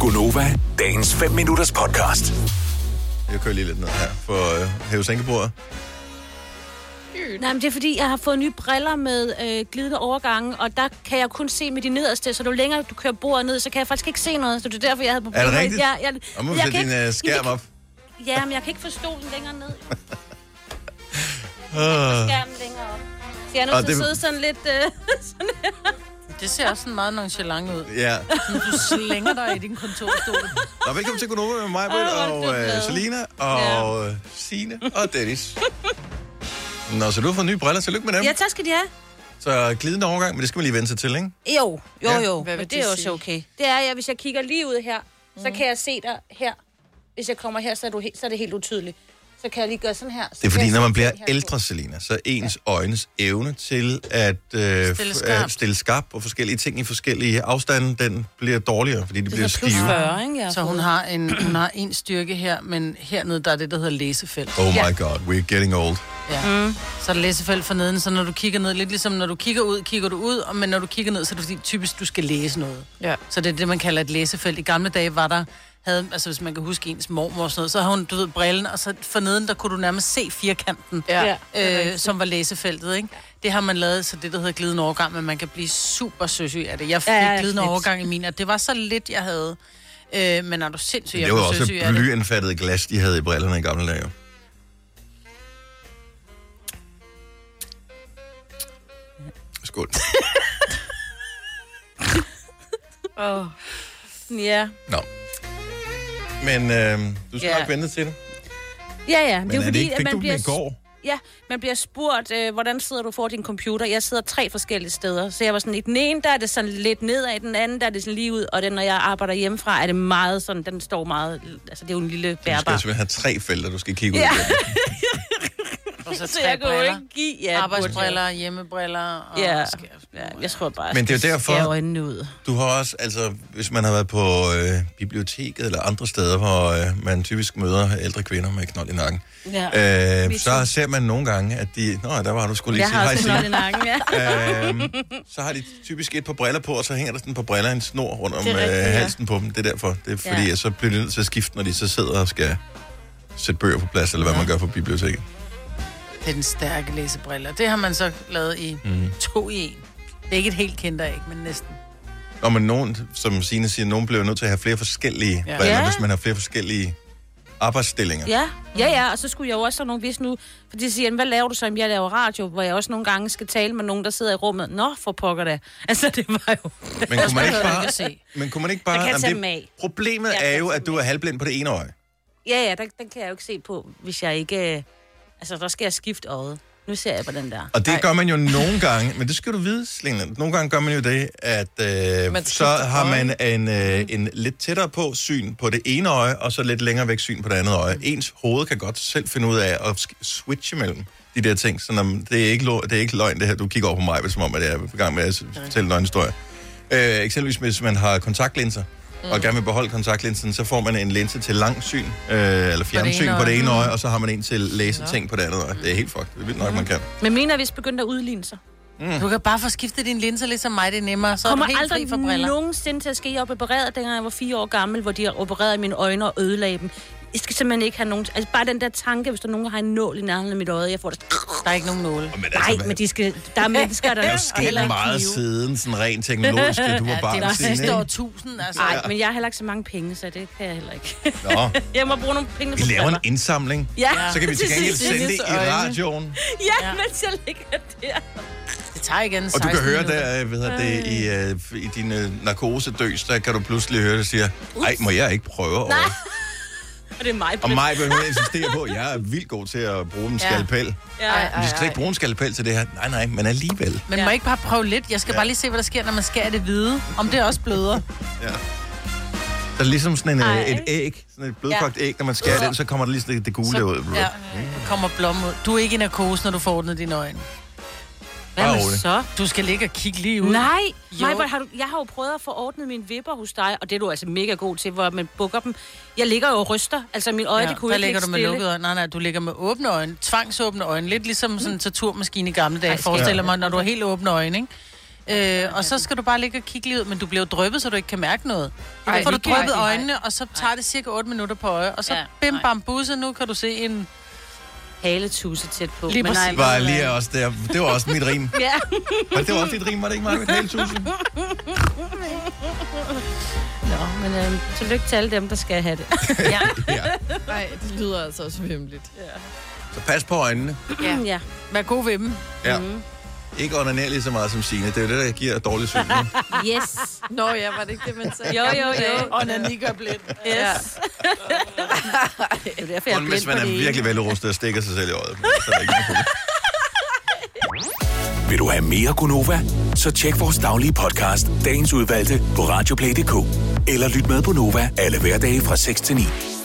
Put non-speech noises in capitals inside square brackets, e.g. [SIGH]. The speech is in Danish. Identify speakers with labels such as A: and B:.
A: Gunova, dagens 5 minutters podcast.
B: Jeg kører lige lidt ned her for øh, hævesænkebordet.
C: Nej, men det er fordi, jeg har fået nye briller med øh, glidende overgange, og der kan jeg kun se med de nederste, så du længere du kører bordet ned, så kan jeg faktisk ikke se noget, så det er derfor, jeg havde
B: Er
C: problemer.
B: det rigtigt?
C: Jeg, jeg,
B: Og må
C: jeg
B: vi
C: kan
B: sætte din
C: ikke-
B: øh,
C: Jamen,
B: skærm
C: det-
B: op.
C: Ja, men jeg kan ikke få stolen længere
B: [LAUGHS]
C: ned,
B: Øh.
C: skærmen længere op. Så jeg er
B: Og
C: nødt til at
B: det-
C: sidde sådan lidt... Øh, sådan her.
D: Det ser også sådan meget nonchalant ud.
B: Ja.
D: Du slænger dig i din kontorstol.
B: Nå, velkommen til Konoba med mig, Britt,
C: Åh, hvor er du
B: og øh,
C: glad.
B: Selina, og øh, Signe og Dennis. Nå, så du har fået nye briller. Tillykke med dem.
C: Ja, tak skal de have.
B: Så glidende overgang, men det skal man lige vende sig til, ikke?
C: Jo, jo,
B: Ja.
C: jo.
D: Hvad
C: Men
D: vil
C: det
D: det
C: er også
D: sige?
C: okay. Mhm. Det er, jeg, hvis jeg kigger lige ud her, så kan jeg se dig her. Hvis jeg kommer her, så er, du he- så er det helt utydeligt. Så kan jeg lige gøre sådan her. Så
B: Det er
C: kan
B: fordi,
C: jeg
B: når
C: se
B: man bliver
C: den her
B: ældre, Selina, så er ens øjnes evne til at øh,
D: Stille
B: f-
D: skarpt.
B: øh, stille skarp på forskellige ting i forskellige afstande, den bliver dårligere, fordi de bliver
C: så plus
B: stive.
C: 40, ikke? Jeg
D: Så hun har, en, hun har en styrke her, men hernede, der er det, der hedder læsefelt.
B: Oh my god, we're getting old.
D: Ja. Mm. Så er der læsefelt for neden, så når du kigger ned, lidt ligesom når du kigger ud, kigger du ud, og- men når du kigger ned, så er det fordi, typisk du skal læse noget.
E: Ja.
D: Så det er det, man kalder et læsefelt. I gamle dage var der, havde, altså hvis man kan huske ens mormor og sådan noget, så havde hun, du ved, brillen, og så forneden, der kunne du nærmest se firkanten,
E: Ja.
D: øh, som var læsefeltet, ikke? Det har man lavet, så det, der hedder glidende overgang, men man kan blive super søsyg af det. Jeg fik
C: Ja,
D: ja,
C: ja,
D: glidende
C: lidt.
D: overgang i min, og det var så lidt, jeg havde. Øh, men er du sindssyg, jeg
B: Det var
D: blev
B: også
D: søsyg af det.
B: blyindfattet glas, de havde i brillerne i gamle dage. jo.
C: [LAUGHS]
B: Skål.
E: Oh.
C: Ja.
B: Nå. Men øh, du skal
D: Ja.
B: nok vente til det.
C: Ja, ja.
B: Men
C: det er, jo
B: er
C: fordi,
B: det ikke,
C: at
B: fik
C: man
B: du
C: bliver,
B: den i går?
C: Ja, man bliver spurgt, øh, hvordan sidder du for din computer? Jeg sidder tre forskellige steder. Så jeg var sådan, i den ene, der er det sådan lidt nedad, i den anden, der er det sådan lige ud. Og den, når jeg arbejder hjemmefra, er det meget sådan, den står meget... Altså, det er jo en lille
B: Du skal
C: bærbar.
B: simpelthen have tre felter, du skal kigge ud
C: Ja.
B: igennem.
D: Og
C: [LAUGHS]
D: så
C: Så
D: tre
C: jeg kan jo
D: briller.
C: ikke give... Ja, det burde jeg.
D: Arbejdsbriller, hjemmebriller. Og
C: Ja,
D: Skal-
C: ja, jeg tror bare,
B: Men det er jo
C: jeg
B: derfor-
C: skærer øjnene ud.
B: Du har også, altså, hvis man har været på øh, biblioteket eller andre steder, hvor øh, man typisk møder ældre kvinder med knold i nakken,
C: Ja.
B: øh, så ser man nogle gange, at de... Nå, der var du skulle lige
C: Jeg
B: sige
C: har
B: hej, Signe."
C: også knold i nakken, ja.
B: øhm, så har de typisk et par briller på, og så hænger der sådan et par briller en snor rundt om
C: Det er rigtigt,
B: øh,
C: ja.
B: halsen på dem. Det er derfor. Det er fordi,
C: Ja.
B: ja. så bliver de nødt til at skifte, når de så sidder og skal sætte bøger på plads, eller hvad ja. man gør på biblioteket.
D: Det er den stærke læsebriller. Det har man så lavet i
B: Mhm.
D: mm. to i en. Det er ikke et helt kinderæg, men næsten.
B: Og men nogen, som Signe siger, nogen bliver jo nødt til at have flere forskellige ja.
D: Ja.
B: briller,
C: Ja.
B: hvis man har flere forskellige arbejdsstillinger.
C: Ja, ja, ja, og så skulle jeg jo også have nogen, hvis nu, fordi de siger, hvad laver du så, om jeg laver radio, hvor jeg også nogle gange skal tale med nogen, der sidder i rummet. Nå, for pokker da. [LAUGHS] Altså, det var jo...
B: Men kunne man ikke
D: behøver du
B: bare...
D: ikke at se.
B: Men kunne man ikke bare...
C: Jeg kan
B: Jamen,
C: tage
B: det-
C: dem af.
B: Problemet
C: Jeg
B: er
C: kan
B: jo,
C: tage
B: at du er halvblind på det ene øje.
C: Ja, ja, den, den kan jeg jo ikke se på, hvis jeg ikke... øh, Altså, der skal jeg skifte øjet. Nu ser jeg på den der.
B: Og det gør man jo nogle gange, men det skal du vide, Selina. Nogle gange gør man jo det, at øh,
E: Man
B: så har man en, øh, en lidt tættere på syn på det ene øje, og så lidt længere væk syn på det andet øje. Ens hoved kan godt selv finde ud af at sk- switche mellem de der ting. Så om, det, er ikke lo- det er ikke løgn, det her. Du kigger over på mig, som om at jeg er i gang med at fortælle en løgnhistorie. Øh, eksempelvis hvis man har kontaktlinser, og gerne vil beholde kontaktlinsen, så får man en linse til langsyn, øh, eller fjernsyn på
D: øje.
B: det ene øje, og så har man en til læseting på det andet øje. Det er helt fucked. Det er vildt nok, man kan.
C: Men mine er vist begyndt at udligne sig.
B: Mhm.
D: Mm. Du kan bare få skiftet dine linser, ligesom mig, det er nemmere. Så
C: Jeg
D: er du
C: kommer
D: helt fri for
C: aldrig
D: briller.
C: nogensinde til at ske. Jeg blev opereret, dengang jeg var fire år gammel, hvor de opererede mine øjne og ødelagde dem. Jeg skal simpelthen ikke have nogen... Altså, bare den der tanke, hvis der er nogen, der har en nål i nærheden af mit øje, jeg får det...
D: Der er ikke nogen nåle.
B: Men altså,
C: Nej,
B: hvad-
C: men de skal, der er mennesker, der...
B: Der er jo sket meget siden, sådan rent teknologisk, da du var
D: Ja, det var
B: barn. Signe,
D: sidste
B: ikke?
D: år tusind, altså.
C: Nej, men jeg har heller ikke så mange penge, så det kan jeg heller ikke.
B: Nå,
C: jeg må bruge nogle penge på
B: vi laver en
C: briller.
B: indsamling.
C: Ja,
B: Så kan vi til
C: præcis.
B: gengæld sende det i
E: Signes øjne.
B: radioen.
C: Ja, mens jeg ligger der.
D: Det tager igen 16
B: Og du kan høre
D: minutter.
B: der, øh, hvad hedder det, i, øh, i din øh, narkosedøs, der kan du pludselig høre, det siger, nej, må jeg ikke prøve over?
C: Og det er mig,
B: Og
C: Britt.
B: mig vil hun insistere på, jeg er vildt god til at bruge en
D: Ja.
B: skalpel.
C: Ja.
B: Vi skal slet ikke bruge en skalpel til det her. Nej, nej, men alligevel.
D: Men må jeg ikke bare prøve lidt? Jeg skal
B: Ja.
D: bare lige se, hvad der sker, når man skærer det hvide. Om det også bløder.
B: Der er ligesom sådan en, øh,
C: Ej.
B: et æg, sådan et blødkogt æg, når man skærer den, så kommer der lige sådan det- det gule ud.
D: ja, der kommer blom ud. Du er ikke i narkose, når du får ordnet dine øjne.
C: Hvad
B: Bare
C: med
B: rolig.
C: så?
D: Du skal ligge og kigge lige ud.
C: Nej,
D: Jo.
C: Majbert, har du, jeg har jo prøvet at få ordnet mine vipper hos dig, og det er du altså mega god til, hvor man bukker dem. Jeg ligger jo og ryster, altså min øje, ja, det kunne
D: der
C: ikke
D: ligger
C: ligge
D: du med
C: stille.
D: lukkede øjne. Nej, nej, du ligger med åbne øjne. Tvangsåbne øjne. Lidt ligesom sådan en torturmaskine i gamle dage.
C: Ej,
D: Jeg
C: skal
D: forestiller
C: jeg-
D: mig, når du har helt åbne øjne, ikke? Øh, og så skal du bare ligge og kigge lige ud, men du bliver jo drøbet, så du ikke kan mærke noget.
E: Ej,
D: Ej, får du
E: det kan jeg
D: drøbet
E: ikke.
D: øjnene, og så tager det cirka 8 minutter på øje, og så
E: Ja,
D: ja, bim
E: nej.
D: bam busse, nu kan du se en...
E: Haletuse tæt på.
D: Lige præcis.
E: nej,
B: Var lige også der. Det var også mit
C: [LAUGHS]
B: rim.
E: Ja.
B: Var det også dit rim, var det ikke, Marvind? Hele tusind.
C: Nå, men øh, tillykke til alle dem, der skal have det.
E: ja.
B: Ja.
F: Nej, det lyder altså også vimligt.
B: Så pas på øjnene.
E: ja.
C: [LAUGHS] ja.
D: Vær god ved dem.
B: Ja.
C: Mhm.
B: Ikke onanere lige så meget som Signe. Det er jo det, der giver dårlig
C: [LAUGHS]
B: syn. ikke?
C: Yes.
F: Nå ja, var det ikke det, man sagde?
C: Jo, jo, jo.
D: Og når lige gør blind.
C: Yes. det er derfor, jeg er
B: Kun hvis
C: blind på
B: man er
C: det ene.
B: virkelig velrustet og stikker sig selv i øjet. Så er der ikke noget problem.
A: Vil du have mere Gunova? Så tjek vores daglige podcast, dagens udvalgte, på radioplay.dk. Eller lyt med på Nova alle hverdage fra 6 til 9.